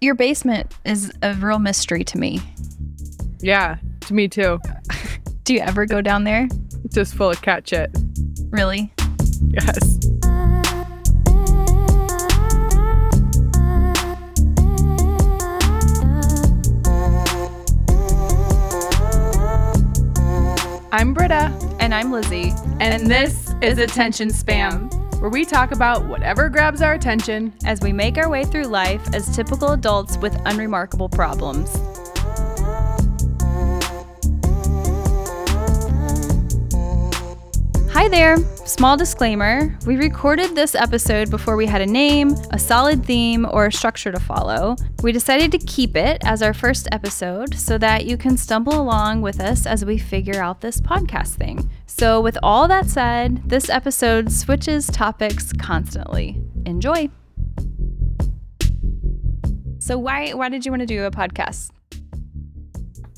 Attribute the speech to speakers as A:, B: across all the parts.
A: your basement is a real mystery to me.
B: Yeah, to me too.
A: Do you ever go down there?
B: It's just full of cat shit.
A: Really?
B: Yes. I'm Britta.
A: And I'm Lizzie.
B: And this is Attention Spam, where we talk about whatever grabs our attention.
A: As we make our way through life as typical adults with unremarkable problems. Hi there! Small disclaimer we recorded this episode before we had a name, a solid theme, or a structure to follow. We decided to keep it as our first episode so that you can stumble along with us as we figure out this podcast thing. So, with all that said, this episode switches topics constantly. Enjoy! So, why, why did you want to do a podcast?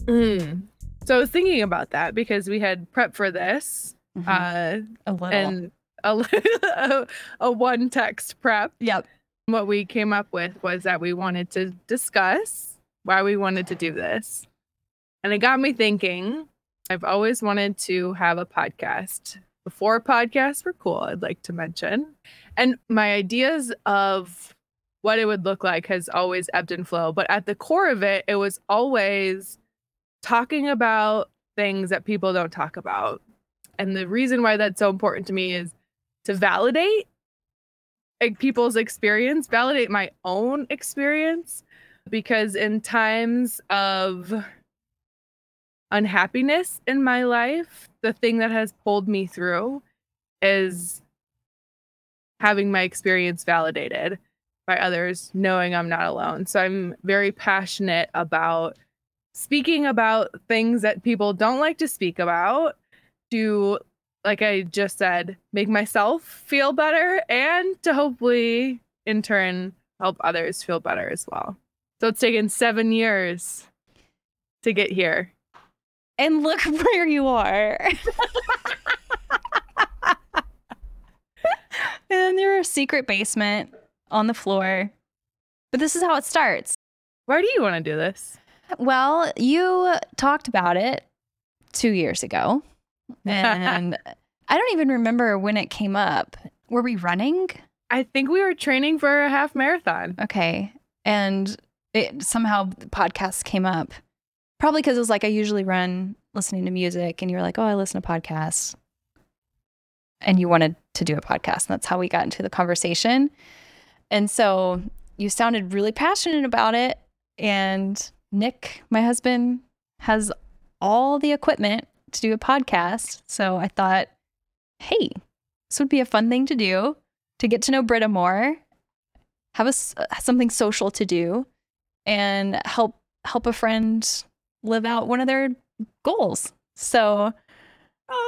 B: Mm. So I was thinking about that because we had prep for this. Uh,
A: Mm-hmm. a little.
B: and a, li- a, a one text prep.
A: yep.
B: What we came up with was that we wanted to discuss why we wanted to do this. And it got me thinking I've always wanted to have a podcast. Before podcasts were cool, I'd like to mention. And my ideas of what it would look like has always ebbed and flowed. But at the core of it, it was always talking about things that people don't talk about. And the reason why that's so important to me is to validate like, people's experience, validate my own experience, because in times of unhappiness in my life, the thing that has pulled me through is having my experience validated by others, knowing I'm not alone. So I'm very passionate about speaking about things that people don't like to speak about to like i just said make myself feel better and to hopefully in turn help others feel better as well so it's taken seven years to get here
A: And look where you are. and you're a secret basement on the floor. But this is how it starts.
B: why do you want to do this
A: Well, you talked about it two years ago. And I don't even remember when it came up. Were we running?
B: i think we were training for a half marathon
A: Okay. And it somehow the podcast came up. Probably because it was like I usually run listening to music and you were like, Oh, I listen to podcasts. And you wanted to do a podcast. And that's how we got into the conversation. And so you sounded really passionate about it. And Nick, my husband, has all the equipment to do a podcast. So I thought, hey, this would be a fun thing to do to get to know Britta more have a s- uh, something social to do and help help a friend live out one of their goals so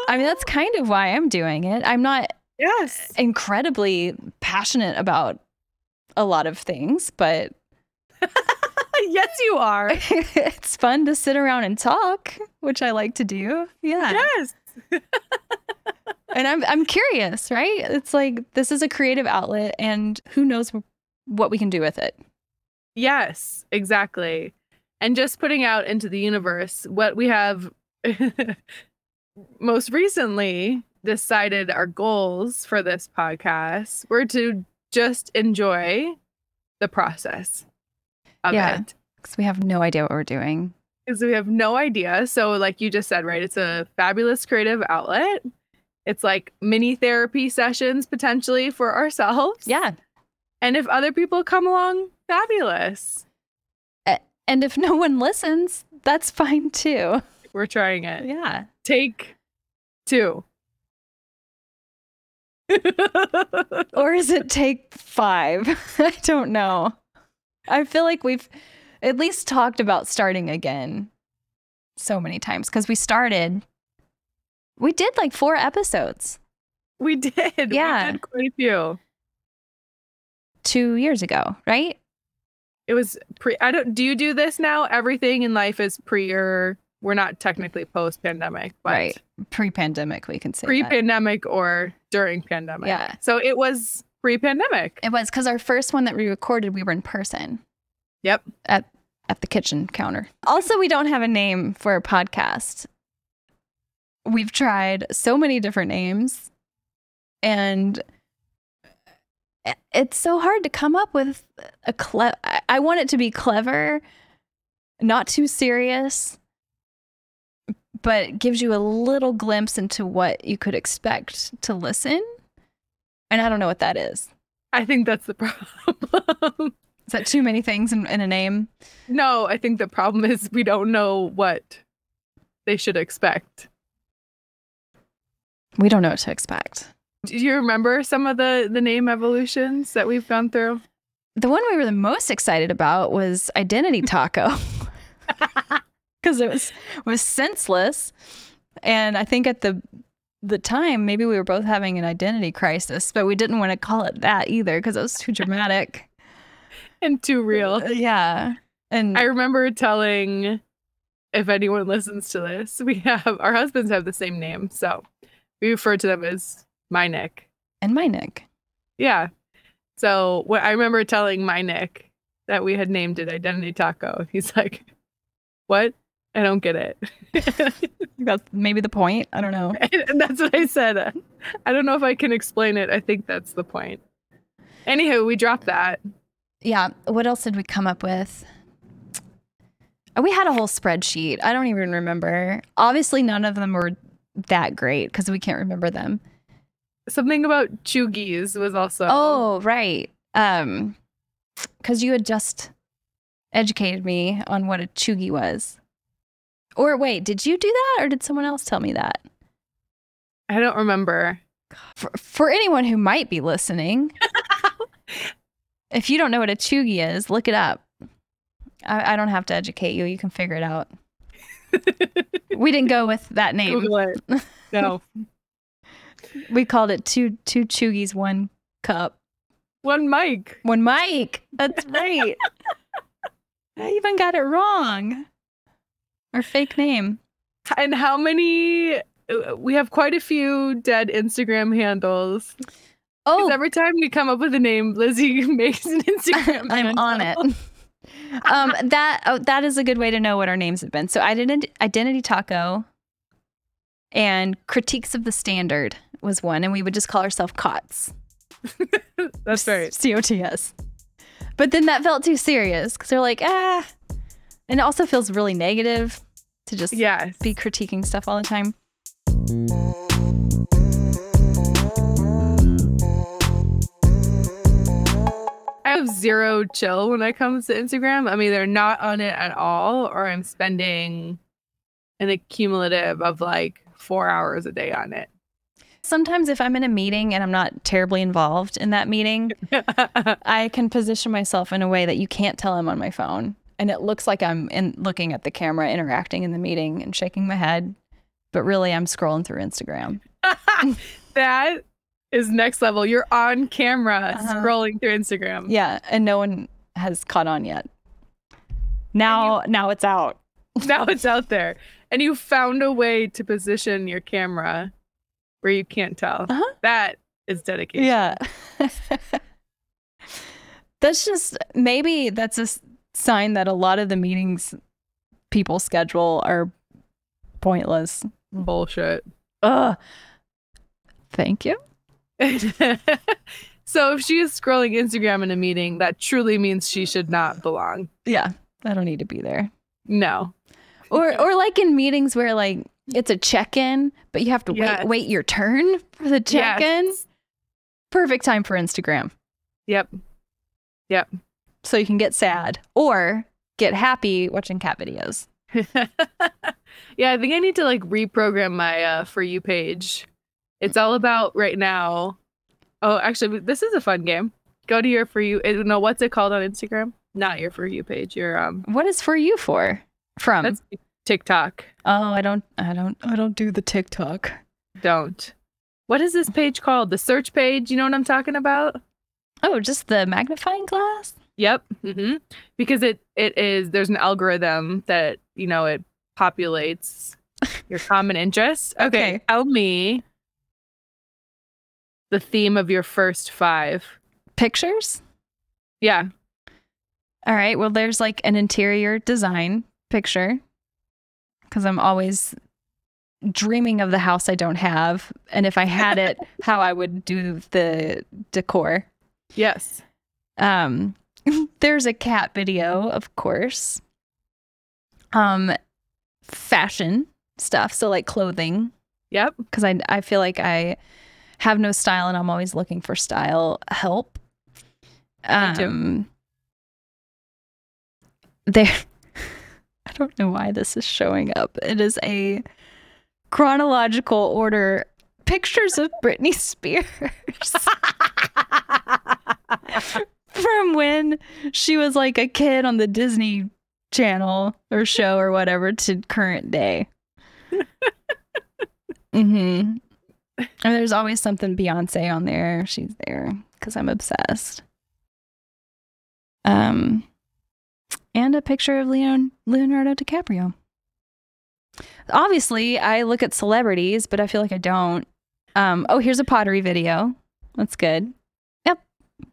A: i mean that's kind of why i'm doing it i'm not
B: yes
A: incredibly passionate about a lot of things but
B: yes you are
A: it's fun to sit around and talk which i like to do yeah
B: yes
A: and i'm i'm curious right it's like this is a creative outlet and who knows what we can do with it
B: Yes, exactly. And just putting out into the universe what we have most recently decided our goals for this podcast were to just enjoy the process of
A: Yeah.
B: it
A: because we have no idea what we're doing
B: because we have no idea. So, like you just said, right? It's a fabulous creative outlet. It's like mini therapy sessions potentially for ourselves.
A: yeah
B: And if other people come along, fabulous.
A: And if no one listens, that's fine too.
B: We're trying it.
A: Yeah.
B: Take two.
A: Or is it take five? I don't know. I feel like we've at least talked about starting again so many times because we started, we did like four episodes
B: we did.
A: Yeah.
B: We did quite a few.
A: two years ago, right?
B: It was pre I don't do you do this now? Everything in life is pre or we're not technically post pandemic, but
A: Right. Pre pandemic, we can say.
B: pre
A: that.
B: pandemic or during pandemic.
A: Yeah.
B: So it was pre pandemic.
A: It was because our first one that we recorded, we were in person.
B: Yep.
A: At at the kitchen counter. Also, we don't have a name for a podcast. We've tried so many different names and i- it's so hard to come up with a cle- I- I want it to be clever, not too serious, but gives you a little glimpse into what you could expect to listen. And I don't know what that is.
B: I think that's the problem.
A: Is that too many things in, in a name?
B: no, I think the problem is we don't know what they should expect.
A: We don't know what to expect.
B: Do you remember some of the the name evolutions that we've gone through?
A: The one we were the most excited about was Identity Taco because it was was senseless, and I think at the the time maybe we were both having an identity crisis, but we didn't want to call it that either because it was too dramatic.
B: and too real.
A: yeah, and
B: I remember telling if anyone listens to this, we have our husbands have the same name, so we refer to them as my Nick.
A: and my Nick.
B: Yeah. So what I remember telling my Nick that we had named it Identity Taco. He's like, What? I don't get it.
A: That's maybe the point. I don't know.
B: and that's what I said. I don't know if I can explain it. I think that's the point. Anywho, we dropped that.
A: Yeah. What else did we come up with? Uh, We had a whole spreadsheet. I don't even remember. Obviously, none of them were that great because we can't remember them.
B: Something about chuggies was also
A: Oh, right. Um, because you had just educated me on what a chuggy was. Or wait, did you do that, or did someone else tell me that?
B: I don't remember.
A: For, for anyone who might be listening, if you don't know what a chuggy is, look it up. I, I don't have to educate you; you can figure it out. We didn't go with that name.
B: Google it. No.
A: We called it two two chuggies, one cup.
B: One mic.
A: One mic. That's right. I even got it wrong. Our fake name.
B: And how many? uh, We have quite a few dead Instagram handles. 'Cause
A: Oh,
B: Every time we come up with a name, Lizzie makes an Instagram.
A: I'm
B: handle.
A: on it. um, that oh, that is a good way to know what our names have been. So identity, identity taco, and critiques of the standard was one, and we would just call ourselves COTS.
B: That's right.
A: C O T S. But then that felt too serious because they're like, ah, and it also feels really negative to just
B: Yes.
A: be critiquing stuff all the time.
B: I have zero chill when it comes to Instagram. I'm either not on it at all or I'm spending an accumulative of like four hours a day on it.
A: Sometimes, if I'm in a meeting and I'm not terribly involved in that meeting, I can position myself in a way that you can't tell I'm on my phone. And it looks like I'm in, looking at the camera, interacting in the meeting and shaking my head. But really, I'm scrolling through Instagram.
B: that is next level. You're on camera
A: Uh-huh.
B: scrolling through Instagram.
A: Yeah. And no one has caught on yet. Now, now it's out.
B: now it's out there. And you found a way to position your camera where you can't tell.
A: Uh-huh.
B: That is dedication.
A: Yeah. that's just maybe that's a s- sign that a lot of the meetings people schedule are pointless.
B: Bullshit.
A: Ugh. Thank you.
B: so if she is scrolling Instagram in a meeting, that truly means she should not belong.
A: Yeah, I don't need to be there.
B: No.
A: Or or like in meetings where like it's a check-in, but you have to
B: Yes.
A: wait wait your turn for the check-in.
B: Yes.
A: Perfect time for Instagram.
B: Yep.
A: So you can get sad or get happy watching cat videos.
B: yeah, I think I need to like reprogram my uh, for you page. It's all about right now. Oh, actually, this is a fun game. Go to your for you. eh, No, what's it called on Instagram? Not your for you page. Your um
A: What is for you for? From
B: That's- TikTok.
A: Oh, I don't I don't I don't do the TikTok.
B: Don't. What is this page called? The search page. You know what I'm talking about?
A: Oh, just the magnifying glass?
B: Yep. hmm Because it it is. There's an algorithm that you know it populates your common interests. Okay,
A: Okay.
B: Tell me the theme of your first five.
A: Pictures?
B: Yeah.
A: All right. Well, there's like an interior design picture because I'm always dreaming of the house I don't have. And if I had it, how I would do the decor.
B: Yes.
A: Um, there's a cat video, of course. Um, fashion stuff. So, like clothing,
B: Yep.
A: because I, I feel like I have no style and I'm always looking for style help.
B: too.
A: Um, there, I don't know why this is showing up. It is a chronological order pictures of Britney Spears from when she was like a kid on the Disney Channel or show or whatever to current day. mm-hmm. And there's always something Beyonce on there. She's there because I'm obsessed. Um, and a picture of Leon Leonardo DiCaprio. Obviously, I look at celebrities, but I feel like I don't. Um, oh, here's a pottery video. That's good. Yep,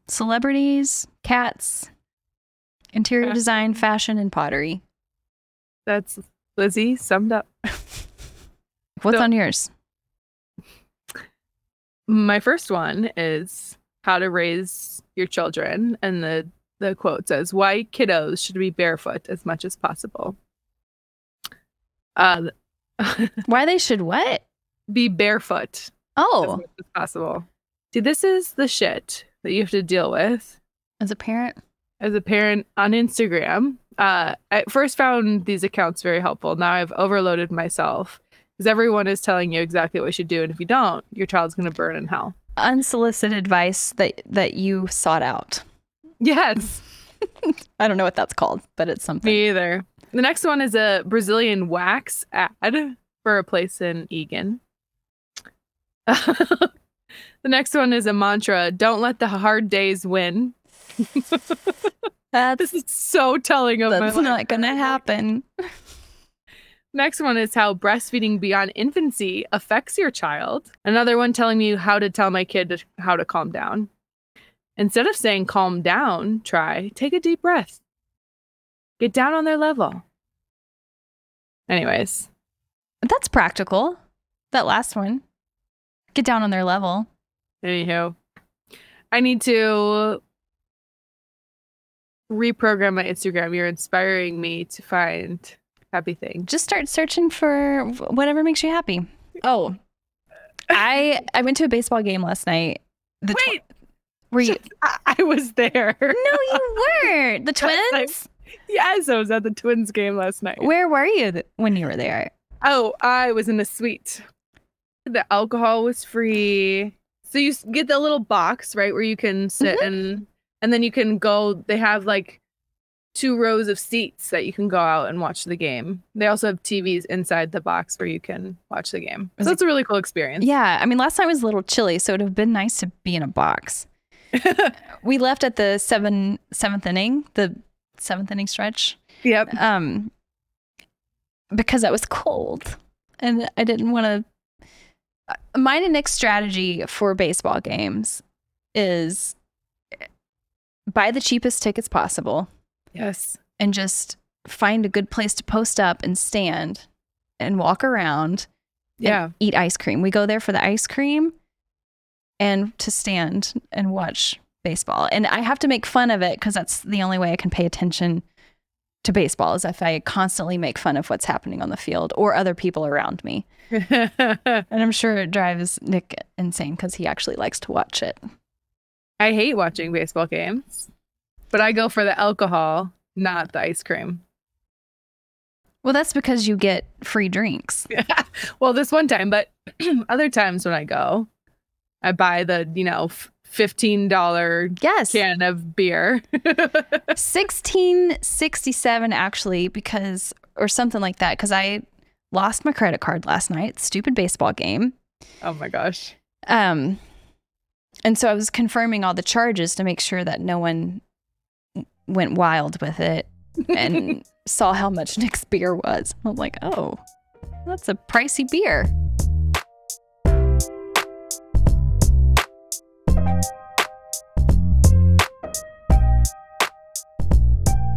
A: celebrities, cats, interior
B: Fashion.
A: design, fashion, and pottery.
B: That's Lizzie summed up.
A: What's
B: So-
A: on yours?
B: My first one is how to raise your children, and the the quote says, "Why kiddos should be barefoot as much as possible." Uh,
A: Why they should what?
B: be barefoot as
A: Oh,
B: much as possible. See, this is the shit that you have to deal with
A: as a parent.
B: as a parent on Instagram. Uh, I first found these accounts very helpful. Now I've overloaded myself because everyone is telling you exactly what you should do, and if you don't, your child's going to burn in hell.
A: unsolicited advice that that you sought out.
B: Yes.
A: I don't know what that's called, but it's something.
B: Me either. The next one is a Brazilian wax ad for a place in Egan. the next one is a mantra don't let the hard days win.
A: that's
B: This is so telling of
A: that's
B: my
A: not
B: life.
A: going to happen.
B: Next one is how breastfeeding beyond infancy affects your child. Another one telling you how to tell my kid to, how to calm down. Instead of saying calm down, try take a deep breath. Get down on their level. Anyways,
A: That's practical. That last one. Get down on their level.
B: Anywho, I need to reprogram my Instagram. You're inspiring me to find happy things.
A: Just start searching for whatever makes you happy. Oh. I I went to a baseball game last night. The tw-
B: Wait,
A: were you
B: I, I was there.
A: No, you weren't. The
B: Yes, I-
A: twins?
B: Yes, I was at the Twins game last night.
A: Where were you th- when you were there?
B: Oh, I was in a suite. The alcohol was free. So you s- get the little box, right, where you can sit and and then you can go they have like two rows of seats that you can go out and watch the game. They also have TVs inside the box where you can watch the game.
A: Was
B: So
A: it-
B: it's a really cool experience.
A: Yeah, I mean last night was a little chilly, so it would have been nice to be in a box. we left at the seven seventh inning, the seventh inning stretch,
B: yep.
A: um, because I was cold and I didn't want to. Mine and Nick's strategy for baseball games is eh, buy the cheapest tickets possible
B: Yes.
A: and just find a good place to post up and stand and walk around and
B: Yeah.
A: eat ice cream. We go there for the ice cream and to stand and watch baseball. And I have to make fun of it because that's the only way I can pay attention to baseball is if I constantly make fun of what's happening on the field or other people around me. And I'm sure it drives Nick insane because he actually likes to watch it.
B: I hate watching baseball games. But I go for the alcohol, not the ice cream.
A: Well, that's because you get free drinks.
B: well, this one time, but other times when I go, I buy the, you know, f- $15
A: Yes.
B: can of beer.
A: 1667 actually because or something like that because I lost my credit card last night, stupid baseball game.
B: oh my gosh.
A: Um, and so I was confirming all the charges to make sure that no one went wild with it and saw how much Nick's beer was. I'm like, oh, that's a pricey beer.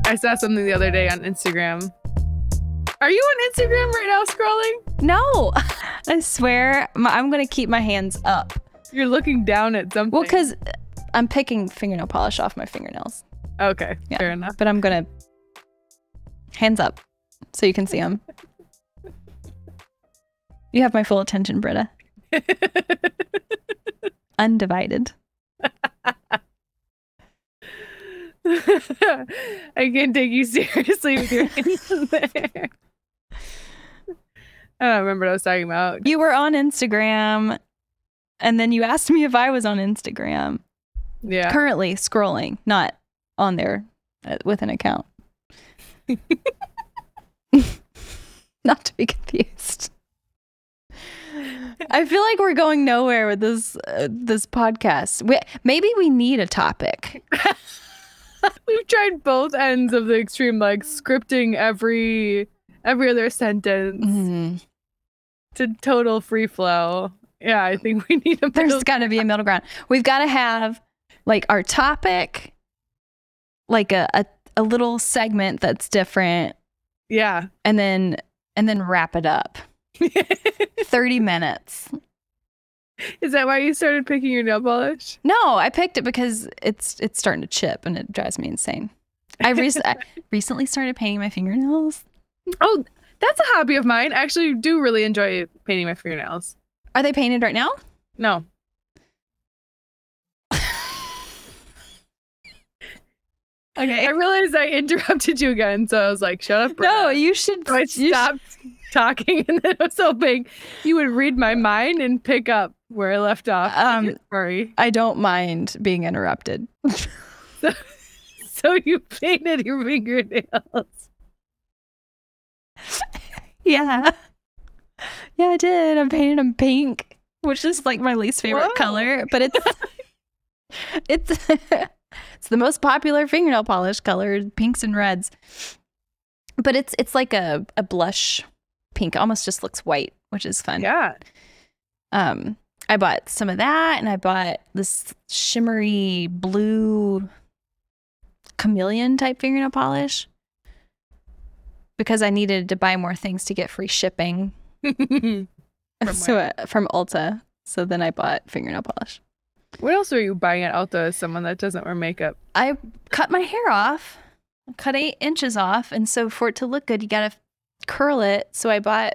B: I saw something the other day on Instagram. Are you on Instagram right now scrolling?
A: No, I swear my, I'm going to keep my hands up.
B: You're looking down at something.
A: Well, because I'm picking fingernail polish off my fingernails,
B: Okay,
A: Yeah.
B: fair enough.
A: but I'm going to hands up so you can see them. You have my full attention, Britta. Undivided.
B: I can't take you seriously with your hands in the air. I don't remember what I was talking about.
A: You were on Instagram, and then you asked me if I was on Instagram.
B: Yeah.
A: Currently scrolling, not on there uh, with an account. not to be confused. I feel like we're going nowhere with this uh, this podcast. We, maybe we need a topic.
B: We've tried both ends of the extreme, like scripting every every other sentence to total free flow. Yeah, I think we need a
A: There's
B: middle-
A: got to be a middle ground. We've got to have like our topic, like a, a a little segment that's different,
B: yeah.
A: and then and then wrap it up. Thirty minutes.
B: Is that why you started picking your nail polish?
A: No, I picked it because it's it's starting to chip and it drives me insane. I, rec- I recently started painting my fingernails.
B: Oh, that's a hobby of mine. I actually do really enjoy painting my fingernails.
A: Are they painted right now?
B: No. I
A: Okay.
B: realized I interrupted you again, so I was like, shut up.
A: No,
B: Brianna."
A: you should.
B: So I
A: you should-
B: stopped talking and then I was hoping you would read my mind and pick up where I left off.
A: Um,
B: Um, sorry.
A: I don't mind being interrupted.
B: So you painted your fingernails.
A: Yeah. Yeah, I did. I painted them pink, which is like my least favorite
B: Whoa.
A: color, but it's it's it's the most popular fingernail polish color, pinks and reds. But it's it's like a, a blush pink. It almost just looks white, which is fun.
B: Yeah.
A: Um I bought some of that and I bought this shimmery blue chameleon type fingernail polish because I needed to buy more things to get free shipping
B: From
A: so uh, from Ulta. So then I bought fingernail polish.
B: what else are you buying at Ulta as someone that doesn't wear makeup?
A: I cut my hair off, cut eight inches off, and so for it to look good, you gotta curl it. So I bought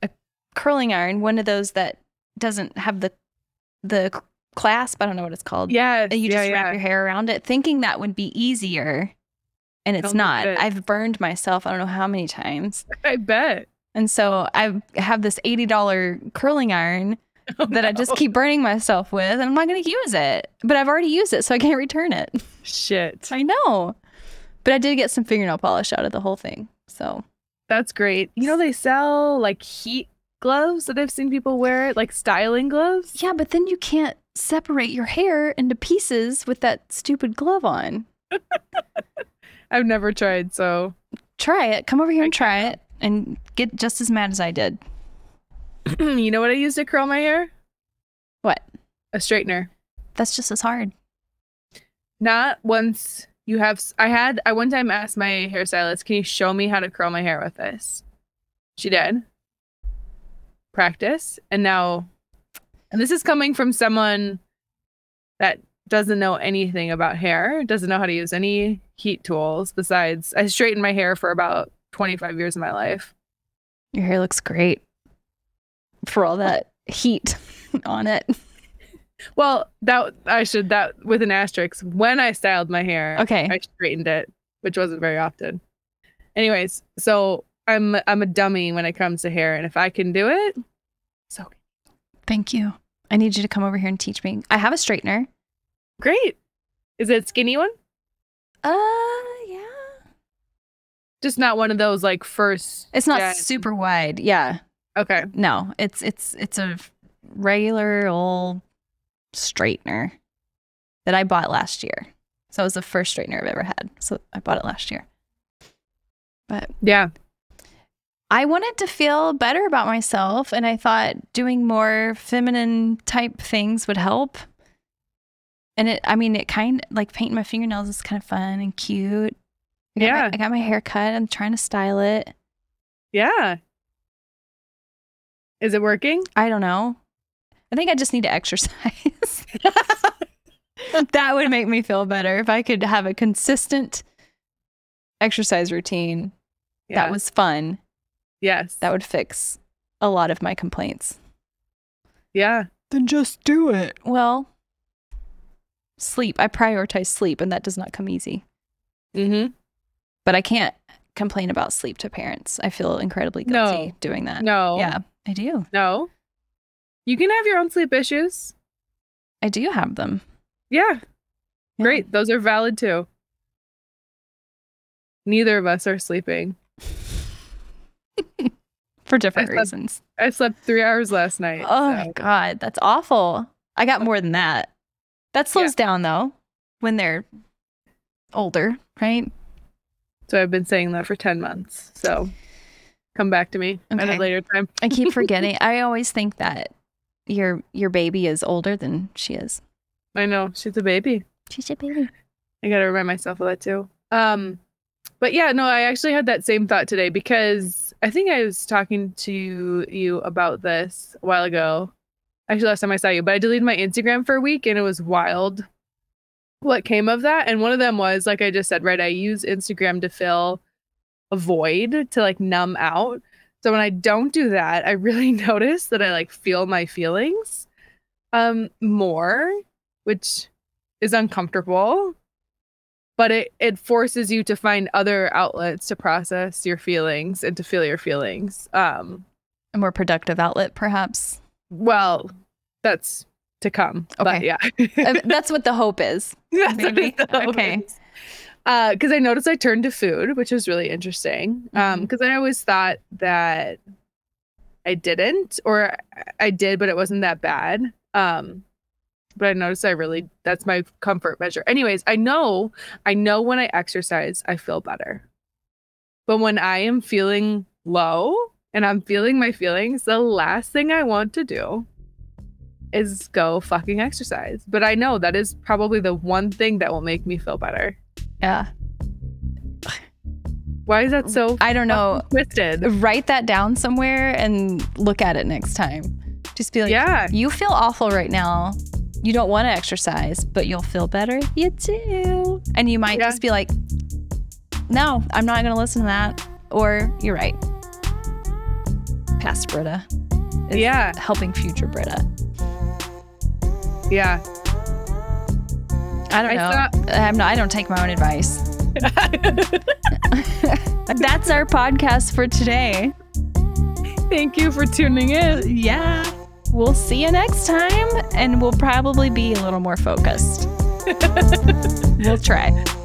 A: a curling iron, one of those that doesn't have the the c- clasp. I don't know what it's called.
B: Yes.
A: and you
B: yeah,
A: just wrap your hair around it, thinking that would be easier, and it's
B: Don't do
A: not.
B: it.
A: I've burned myself. I don't know how many times.
B: yeah. I bet.
A: And so I have this $80 curling iron that I
B: Oh,
A: just keep burning myself with, and I'm not going to use it. But I've already used it, so I can't return it.
B: Shit.
A: I know. But I did get some fingernail polish out of the whole thing. So
B: That's great. You know, they sell like heat gloves that I've seen people wear, like styling gloves.
A: yeah, but then you can't separate your hair into pieces with that stupid glove on.
B: I've never tried, so
A: Try it. Come over here and try it and get just as mad as I did.
B: you know what I use to curl my hair?
A: What?
B: A straightener.
A: That's just as hard.
B: Not once you have. s- I had. I one time asked my hairstylist, "Can you show me how to curl my hair with this?" She did. Practice, and now, and this is coming from someone that doesn't know anything about hair, doesn't know how to use any heat tools besides I straightened my hair for about 25 years of my life.
A: Your hair looks great for all that heat on it.
B: Well, that I should that with an asterisk when I styled my hair.
A: Okay.
B: I straightened it, which wasn't very often. Anyways, so I'm I'm a dummy when it comes to hair, and if I can do it, so
A: Thank you. I need you to come over here and teach me. I have a straightener.
B: great. Is it a skinny one?
A: Uh, yeah.
B: Just not one of those like first.
A: It's not
B: Yeah.
A: super wide. Yeah.
B: Okay,
A: No, it's it's it's a regular old straightener that I bought last year. So it was the first straightener I've ever had. So I bought it last year.
B: yeah,
A: I wanted to feel better about myself and I thought doing more feminine type things would help. And it I mean it kind like painting my fingernails is kind of fun and cute I got my-
B: Yeah.
A: I got my hair cut. I'm trying to style it.
B: Yeah. Is it working?
A: I don't know. I think I just need to exercise. that would make me feel better if I could have a consistent exercise routine
B: Yeah.
A: that was fun.
B: yes.
A: That would fix a lot of my complaints.
B: yeah.
A: Then just do it. Well, sleep. I prioritize sleep, and that does not come easy.
B: Mm-hmm.
A: But I can't complain about sleep to parents. I feel incredibly
B: No.
A: guilty doing that.
B: No.
A: Yeah, I do.
B: No. You can have your own sleep issues.
A: I do have them.
B: Yeah.
A: Yeah.
B: Great. Those are valid too. Neither of us are sleeping.
A: for different
B: I slept-
A: reasons.
B: I slept three hours last night.
A: Oh
B: so-
A: my god, that's awful. I got more than that. That slows down though when they're older, right?
B: So I've been saying that for 10 months. So come back to me at
A: Okay.
B: a later time.
A: I keep forgetting. I always think that your your baby is older than she is.
B: I know she's a baby.
A: She's a baby.
B: I got to remind myself of that too. Um, but yeah, no, I actually had that same thought today because I think I was talking to you about this a while ago. Actually, last time I saw you, but I deleted my Instagram for a week and it was wild what came of that. And one of them was, like I just said, right, I use Instagram to fill a void, to like numb out. So when I don't do that, I really notice that I like feel my feelings um more, which is uncomfortable but it it forces you to find other outlets to process your feelings and to feel your feelings um
A: A more productive outlet, perhaps.
B: well that's to come but
A: Okay.
B: yeah
A: Uh, that's what the hope is.
B: That's what
A: Maybe.
B: I thought
A: Okay.
B: was. Uh, because I noticed I turned to food, which was really interesting. Um, because I always thought that I didn't, or I- I did, but it wasn't that bad. Um, but I noticed I really that's my comfort measure. Anyways, I know, I know when I exercise, I feel better. But when I am feeling low and I'm feeling my feelings, the last thing I want to do is go fucking exercise. But I know that is probably the one thing that will make me feel better.
A: Yeah.
B: Why is that so
A: I don't know.
B: fucking twisted?
A: Write that down somewhere and look at it next time. Just be like,
B: yeah,
A: You feel awful right now. You don't want to exercise, but you'll feel better if you do. And you might
B: Yeah.
A: just be like, no, I'm not going to listen to that. Or you're right. Past Britta is
B: Yeah.
A: helping future Britta.
B: yeah.
A: I don't
B: I
A: know. I'm not, I don't take my own advice. That's our podcast for today.
B: Thank you for tuning in.
A: Yeah. We'll see you next time, and we'll probably be a little more focused. we'll try.